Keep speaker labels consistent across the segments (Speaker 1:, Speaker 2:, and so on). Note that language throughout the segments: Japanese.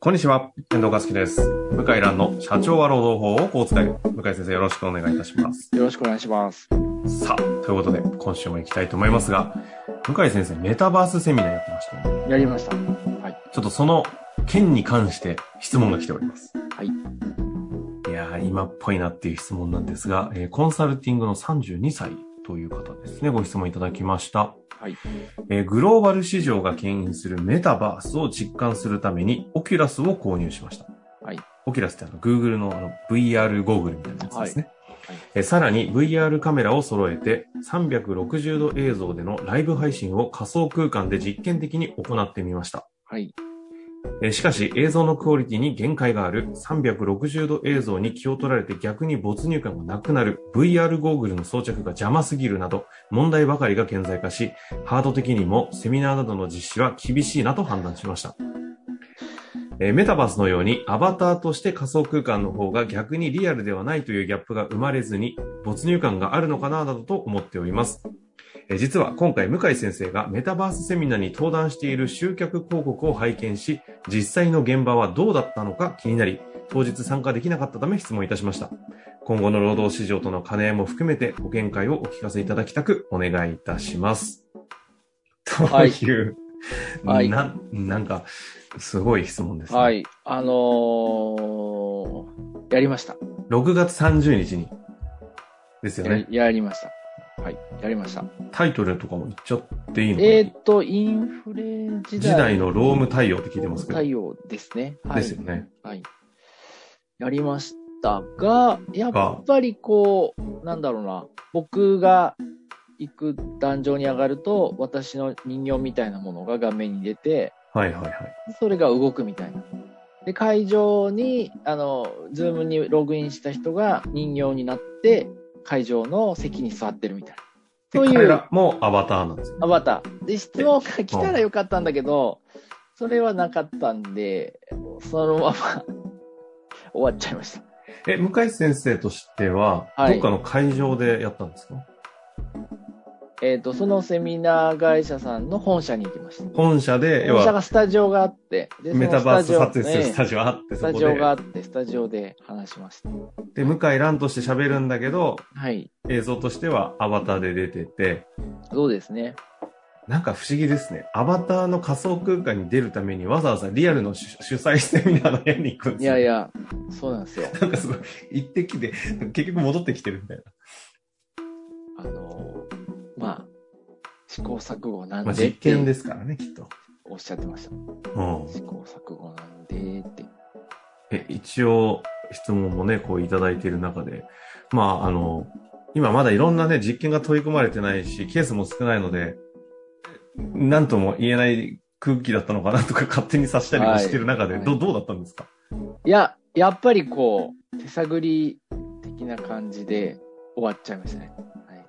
Speaker 1: こんにちは、遠藤和樹です。向井蘭の社長は労働法をこう伝える。向井先生よろしくお願いいたします。
Speaker 2: よろしくお願いします。
Speaker 1: さあ、ということで、今週も行きたいと思いますが、向井先生、メタバースセミナーやってましたよね。
Speaker 2: やりました。
Speaker 1: ちょっとその件に関して質問が来ております。
Speaker 2: はい
Speaker 1: いやー、今っぽいなっていう質問なんですが、えーコンサルティングの32歳という方ですね、ご質問いただきました。
Speaker 2: はい。
Speaker 1: えーグローバル市場が牽引するメタバースを実感するために、オキュラスを購入しました。
Speaker 2: はい。
Speaker 1: オキュラスってあの、Google のあの VR ゴーグルみたいなやつですね。
Speaker 2: はいはい
Speaker 1: えーさらに VR カメラを揃えて、360度映像でのライブ配信を仮想空間で実験的に行ってみました。
Speaker 2: はい。
Speaker 1: えーしかし、映像のクオリティに限界がある、360度映像に気を取られて逆に没入感がなくなる、VR ゴーグルの装着が邪魔すぎるなど、問題ばかりが顕在化し、ハード的にもセミナーなどの実施は厳しいなと判断しました。えーメタバースのようにアバターとして仮想空間の方が逆にリアルではないというギャップが生まれずに没入感があるのかななどと思っております。えー実は今回向井先生がメタバースセミナーに登壇している集客広告を拝見し、実際の現場はどうだったのか気になり、当日参加できなかったため質問いたしました。今後の労働市場との兼ね合いも含めてご見解をお聞かせいただきたくお願いいたします。と
Speaker 2: はい
Speaker 1: いう、
Speaker 2: はい
Speaker 1: ななんか、すごい質問です、ね。
Speaker 2: はい。あのーやりました。
Speaker 1: 6月30日に。ですよ
Speaker 2: や
Speaker 1: ね
Speaker 2: り。やりました。はい。やりました。
Speaker 1: タイトルとかも言っちゃっていいのかな、
Speaker 2: えーっと、インフレ時代。
Speaker 1: 時代のローム対応って聞いてますけど。
Speaker 2: 対応ですね。は
Speaker 1: で
Speaker 2: い。
Speaker 1: すよね。
Speaker 2: はい。やりましたが、や
Speaker 1: が
Speaker 2: っぱりこう、なんだろうな、僕が行く壇上に上がると、私の人形みたいなものが画面に出て、
Speaker 1: はいはいはい。
Speaker 2: それが動くみたいな。で、会場に、あの、ズームにログインした人が人形になって、会場の席に座ってるみたいな。
Speaker 1: で
Speaker 2: そういう
Speaker 1: 彼らもアバターなんですよ。
Speaker 2: アバター。で、質問が来たらよかったんだけど、それはなかったんで、そのま ま終わっちゃいました。
Speaker 1: え、向井先生としては、
Speaker 2: はい
Speaker 1: どっかの会場でやったんですか
Speaker 2: えっ、と、そのセミナー会社さんの本社に行きました。
Speaker 1: 本社で、要
Speaker 2: 本社が
Speaker 1: は、
Speaker 2: スタジオがあって、で
Speaker 1: メタバース撮影するス
Speaker 2: スタジオえ
Speaker 1: タジオ
Speaker 2: え
Speaker 1: があって、
Speaker 2: ス
Speaker 1: そ
Speaker 2: タ
Speaker 1: こ
Speaker 2: ジオがあ
Speaker 1: で。
Speaker 2: って、スタジオで話しました。
Speaker 1: で、向井蘭として喋るんだけど、
Speaker 2: はい。
Speaker 1: 映像としてはアバターで出てて、
Speaker 2: そうですね。
Speaker 1: なんか不思議ですね。アバターの仮想空間に出るためにわざわざリアルの主主催セミナーの部屋に行くんです
Speaker 2: い
Speaker 1: よ。
Speaker 2: やいや、そうなんですよ。
Speaker 1: なんかすごい、行ってきて、結局戻ってきてるみたいな。
Speaker 2: あのまあ、試行錯誤なん
Speaker 1: ま
Speaker 2: で
Speaker 1: あ、
Speaker 2: って
Speaker 1: 実験ですからね、きっと。
Speaker 2: おっしゃってました。
Speaker 1: うん。
Speaker 2: 試行錯誤なんでって。
Speaker 1: え、一応、質問もね、こういただいている中で、まあ、あの、今まだいろんなね、実験が取り組まれてないし、ケースも少ないので、なんとも言えない空気だったのかなとか 勝手に察したりもしてる中で、
Speaker 2: はい
Speaker 1: どどうだったんですか
Speaker 2: いや、やっぱりこう、手探り的な感じで終わっちゃいましたね。はい、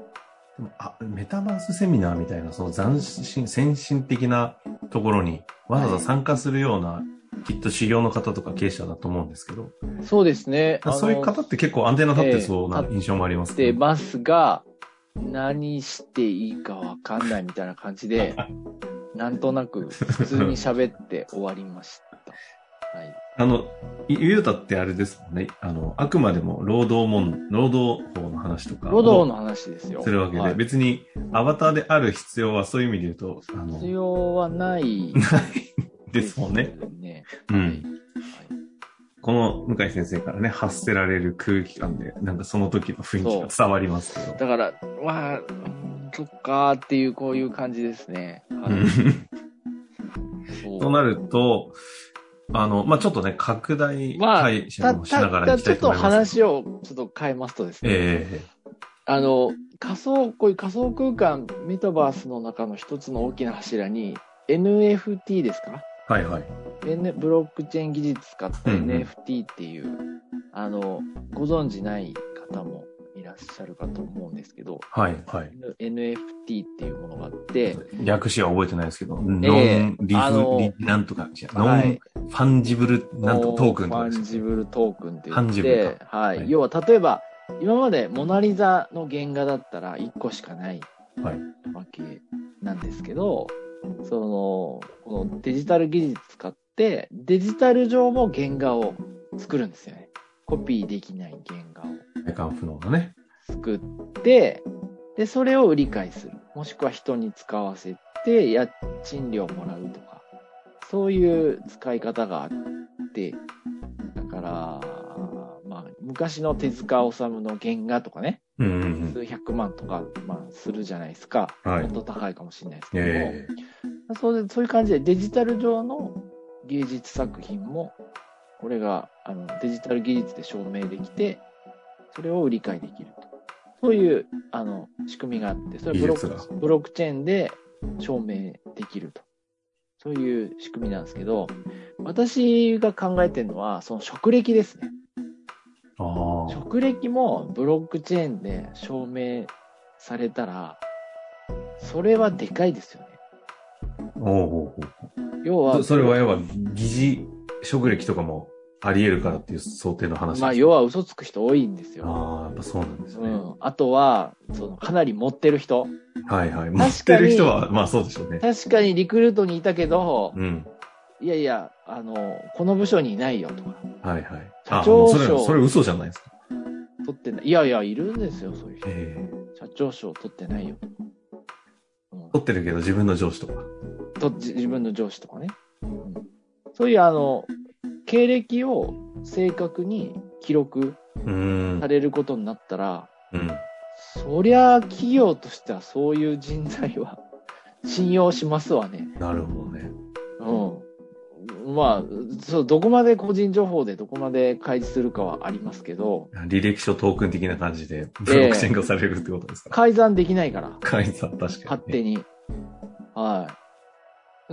Speaker 1: でもあ、メタバースセミナーみたいな、その斬新、先進的なところに、わざわざ参加するような、きっと修行の方とか経営者だと思うんですけど、
Speaker 2: そうですね。あの
Speaker 1: そういう方って結構アンテナ立ってそうな
Speaker 2: ええ
Speaker 1: 印象もあります
Speaker 2: して
Speaker 1: けど。
Speaker 2: ますが、何していいかわかんないみたいな感 じで、なんとなく普通に喋って終わりました。はい。
Speaker 1: あの、いゆうたってあれですもんね。あの、あくまでも労働問、労働法の話とか。
Speaker 2: ロドーの話ですよ。
Speaker 1: するわけで、
Speaker 2: はい
Speaker 1: 別にアバターである必要はそういう意味で言うと、あの、
Speaker 2: 必要 はない
Speaker 1: ないですもんね。
Speaker 2: ね。
Speaker 1: うん。この向井先生からね、発せられる空気感で、なんかその時の雰囲気が伝わりますけど。
Speaker 2: だから、わあ、うんそっかーっていう、こういう感じですね。は
Speaker 1: う
Speaker 2: い
Speaker 1: ん
Speaker 2: そう
Speaker 1: となると、あの、まあ、ちょっとね、拡大会社もしながら
Speaker 2: た
Speaker 1: 行き
Speaker 2: たち
Speaker 1: た
Speaker 2: ょっ
Speaker 1: いと思
Speaker 2: と
Speaker 1: います。
Speaker 2: 話をちょっと変えますとですね、
Speaker 1: ええ
Speaker 2: あの、仮想、こういう仮想空間、メタバースの中の一つの大きな柱に、NFT ですか、
Speaker 1: はいはい。
Speaker 2: N、ブロックチェーン技術使った
Speaker 1: うんうん
Speaker 2: NFT っていう、あの、ご存知ない方もいらっしゃるかと思うんですけど、
Speaker 1: はいはい。
Speaker 2: N- NFT っていうものがあって、
Speaker 1: 略詞は覚えてないですけど、ノン
Speaker 2: え
Speaker 1: リ
Speaker 2: あの
Speaker 1: フ、リなんとか、違うノ
Speaker 2: は
Speaker 1: ン
Speaker 2: い
Speaker 1: ファンジブル、なんとかトークンと
Speaker 2: フ
Speaker 1: かで
Speaker 2: ァン
Speaker 1: す
Speaker 2: ジ
Speaker 1: よね
Speaker 2: ブルトークンって
Speaker 1: ファ
Speaker 2: 言
Speaker 1: ン
Speaker 2: っ
Speaker 1: ジブル
Speaker 2: て、はい
Speaker 1: はい
Speaker 2: 要は例えば、今までモナリザの原画だったら1個しかない
Speaker 1: はい
Speaker 2: わけなんですけど、その、このデジタル技術使っって、デジタル上も原画を作るんですよね。コピーできない原画を
Speaker 1: 体感不能だね。
Speaker 2: 作って、で、それを売り買いする。もしくは人に使わせて、家賃料もらうとか、そういう使い方があって、だから、まあ、昔の手塚治虫の原画とかね、
Speaker 1: うんうんうん。
Speaker 2: 数百万とか、まあ、するじゃないですか。
Speaker 1: はい
Speaker 2: もっと高いかもしれないですけども、
Speaker 1: え
Speaker 2: そうでそういう感じでデジタル上の芸術作品もこれがあのデジタル技術で証明できてそれを売り買いできるとそういうあの仕組みがあってそれはブロ
Speaker 1: 技術
Speaker 2: ックブロックチェーンで証明できるとそういう仕組みなんですけど私が考えてるのはその職歴ですね
Speaker 1: ー、ああ。
Speaker 2: 職歴もブロックチェーンで証明されたらそれはでかいですよね
Speaker 1: おうおうおう
Speaker 2: 要は
Speaker 1: そそれは要は疑似職歴とかもあり得るからっていう想定の話
Speaker 2: まあ、要は嘘つく人多いんですよ。
Speaker 1: ああ、やっぱそうなんです
Speaker 2: う
Speaker 1: ね。
Speaker 2: ん。あとは、その、かなり持ってる人。
Speaker 1: はいはい。持ってる人は、まあそうでしょうね。
Speaker 2: 確かにリクルートにいたけど、
Speaker 1: うん。
Speaker 2: いやいや、あの、この部署にいないよとか、
Speaker 1: はいはい。
Speaker 2: 社
Speaker 1: あ、
Speaker 2: 長
Speaker 1: もうそれ
Speaker 2: 賞
Speaker 1: は、それ嘘じゃないですか。
Speaker 2: 取ってない。いやいや、いるんですよ、そういう人。
Speaker 1: ええ
Speaker 2: 社長賞取ってないよとか。うん
Speaker 1: 取ってるけど自分の上司とか。
Speaker 2: とじ自分の上司とかね、うんそういう、あの、経歴を正確に記録
Speaker 1: うーん
Speaker 2: さ。れることになったら、
Speaker 1: うん。
Speaker 2: そりゃ、企業としてはそういう人材は 信用しますわね。
Speaker 1: なるほどね。
Speaker 2: うん。まあ、そう、どこまで個人情報でどこまで開示するかはありますけど、
Speaker 1: 履歴書トークン的な感じで、ブロックチェーン化されるってことですか。
Speaker 2: 改ざんできないから、
Speaker 1: 会員さん、確か
Speaker 2: 勝
Speaker 1: に
Speaker 2: 手
Speaker 1: ね。
Speaker 2: に。はい。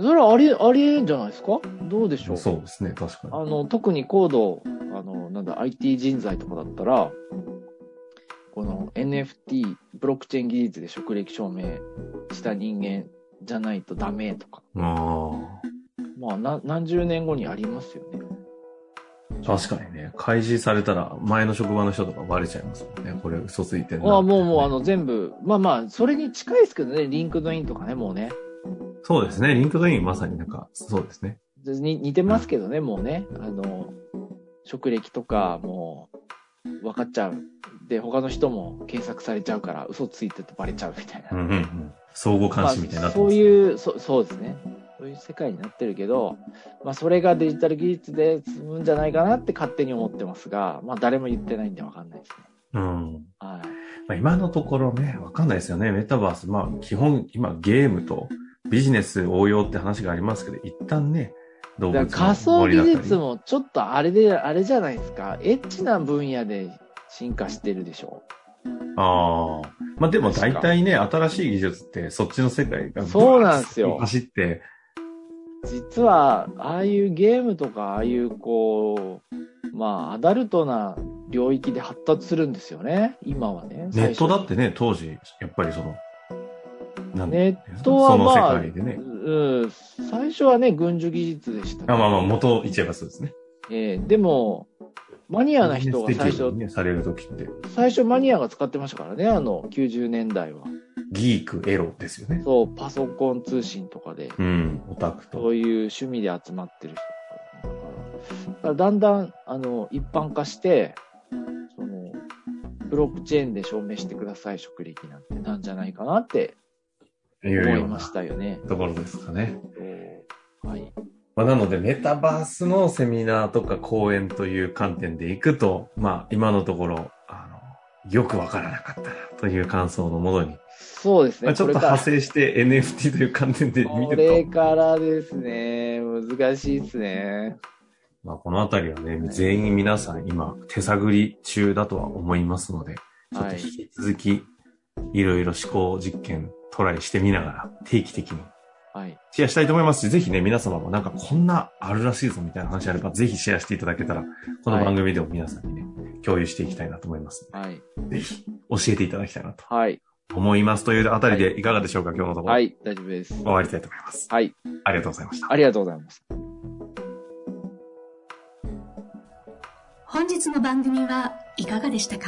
Speaker 2: それはあり、ありえんじゃないですかどうでしょう
Speaker 1: そうですね、確かに。
Speaker 2: あの、特に高度、あの、なんだ、IT 人材とかだったら、この NFT、ブロックチェーン技術で職歴証明した人間じゃないとダメとか、
Speaker 1: あ
Speaker 2: まあ、な何十年後にありますよね。
Speaker 1: あ。確かにね。開示されたら、前の職場の人とかバレちゃいますもんね。これ嘘ついてるな。
Speaker 2: あもうもうあの全部、まあまあ、それに近いですけどね、リンクドインとかね、もうね。
Speaker 1: そうですね。リンクドインまさになんか、そうですね。
Speaker 2: に似てますけどね、もうね。あの、職歴とかもう分かっちゃう。で、他の人も検索されちゃうから、嘘ついてとバレちゃうみたいな。
Speaker 1: うんうんうん。相互監視みたいにな
Speaker 2: まあ
Speaker 1: ってま
Speaker 2: そう
Speaker 1: すね、
Speaker 2: いうそ、そうですね。そういう世界になってるけど、まあそれがデジタル技術で済むんじゃないかなって勝手に思ってますが、まあ誰も言ってないんで分かんないですね。
Speaker 1: うん。
Speaker 2: はい。
Speaker 1: まあ、今のところね、わかんないですよね。メタバース、まあ、基本、今、ゲームとビジネス応用って話がありますけど、一旦ね、動物
Speaker 2: だ
Speaker 1: の
Speaker 2: から仮想
Speaker 1: 森だ
Speaker 2: 技
Speaker 1: ったり
Speaker 2: 術もちょっとあれで、あれじゃないですか。エッチな分野で進化してるでしょ。
Speaker 1: ああ。まあ、でも
Speaker 2: 確
Speaker 1: 大
Speaker 2: か
Speaker 1: 体ね、新しい技術って、そっちの世界が、
Speaker 2: そうなんですよ
Speaker 1: 走って、
Speaker 2: 実は、ああいうゲームとか、ああいうこう、まあ、アダルトな領域で発達するんですよね。今はね。
Speaker 1: ネ
Speaker 2: 最
Speaker 1: ッ
Speaker 2: 初
Speaker 1: トだってね、当時、やっぱりその、なん
Speaker 2: ネッ
Speaker 1: ッ
Speaker 2: トはまあ
Speaker 1: その世界でね。
Speaker 2: うん、最初はね、軍需技術でしたけど
Speaker 1: あまあまあ、元言っちゃえばそうですね。
Speaker 2: えーでも、マニアな人が
Speaker 1: ビ
Speaker 2: 最
Speaker 1: ジネス的
Speaker 2: 初
Speaker 1: に、ね、される時って、
Speaker 2: 最初マニアが使ってましたからね、あの、90年代は。
Speaker 1: ギーク、エロですよね。
Speaker 2: そう、パソコン通信とかで。
Speaker 1: うん、オタク
Speaker 2: そ
Speaker 1: と。
Speaker 2: ういう趣味で集まってる人だから、だからだんだんあの一般化して、そのブロックチェーンで証明してください、職歴なんてなんじゃないかなって
Speaker 1: いう
Speaker 2: 思い
Speaker 1: よう
Speaker 2: ま
Speaker 1: な
Speaker 2: したよね。
Speaker 1: ところですかね。
Speaker 2: そうはい、
Speaker 1: まあ、なので、メタバースのセミナーとか講演という観点でいくと、まあ、今のところ、あの、よくわからなかったな、という感想のものに、
Speaker 2: そうです
Speaker 1: ま
Speaker 2: ね、
Speaker 1: あ、ちょっと
Speaker 2: これから
Speaker 1: 派生して NFT という観点で見
Speaker 2: こ
Speaker 1: て
Speaker 2: れ
Speaker 1: ると、
Speaker 2: からですね、難しいですね。
Speaker 1: まあ、このあたりはね、全員皆さん今、手探り中だとは思いますので、ちょっ
Speaker 2: は
Speaker 1: と
Speaker 2: い
Speaker 1: 引、き続き、いろいろ思考実験、トライしてみながら、定期的に
Speaker 2: はい、
Speaker 1: シェアしたいと思いますし、ぜひね、皆様もなんかこんなあるらしいぞみたいな話あれば、ぜひシェアしていただけたら、この番組でも皆さんにね、共有していきたいなと思います。
Speaker 2: はい、
Speaker 1: ぜひ、教えていただきたいなと
Speaker 2: はい、
Speaker 1: 思います。というあたりで、いかがでしょうか、今日のところ。
Speaker 2: はい、大丈夫です。
Speaker 1: 終わりたいと思います。
Speaker 2: はい、
Speaker 1: ありがとうございました。
Speaker 2: ありがとうございます。
Speaker 3: 本日の番組はいかがでしたか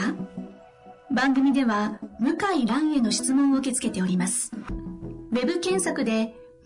Speaker 3: 番組では向井蘭への質問を受け付けておりますウェブ検索で「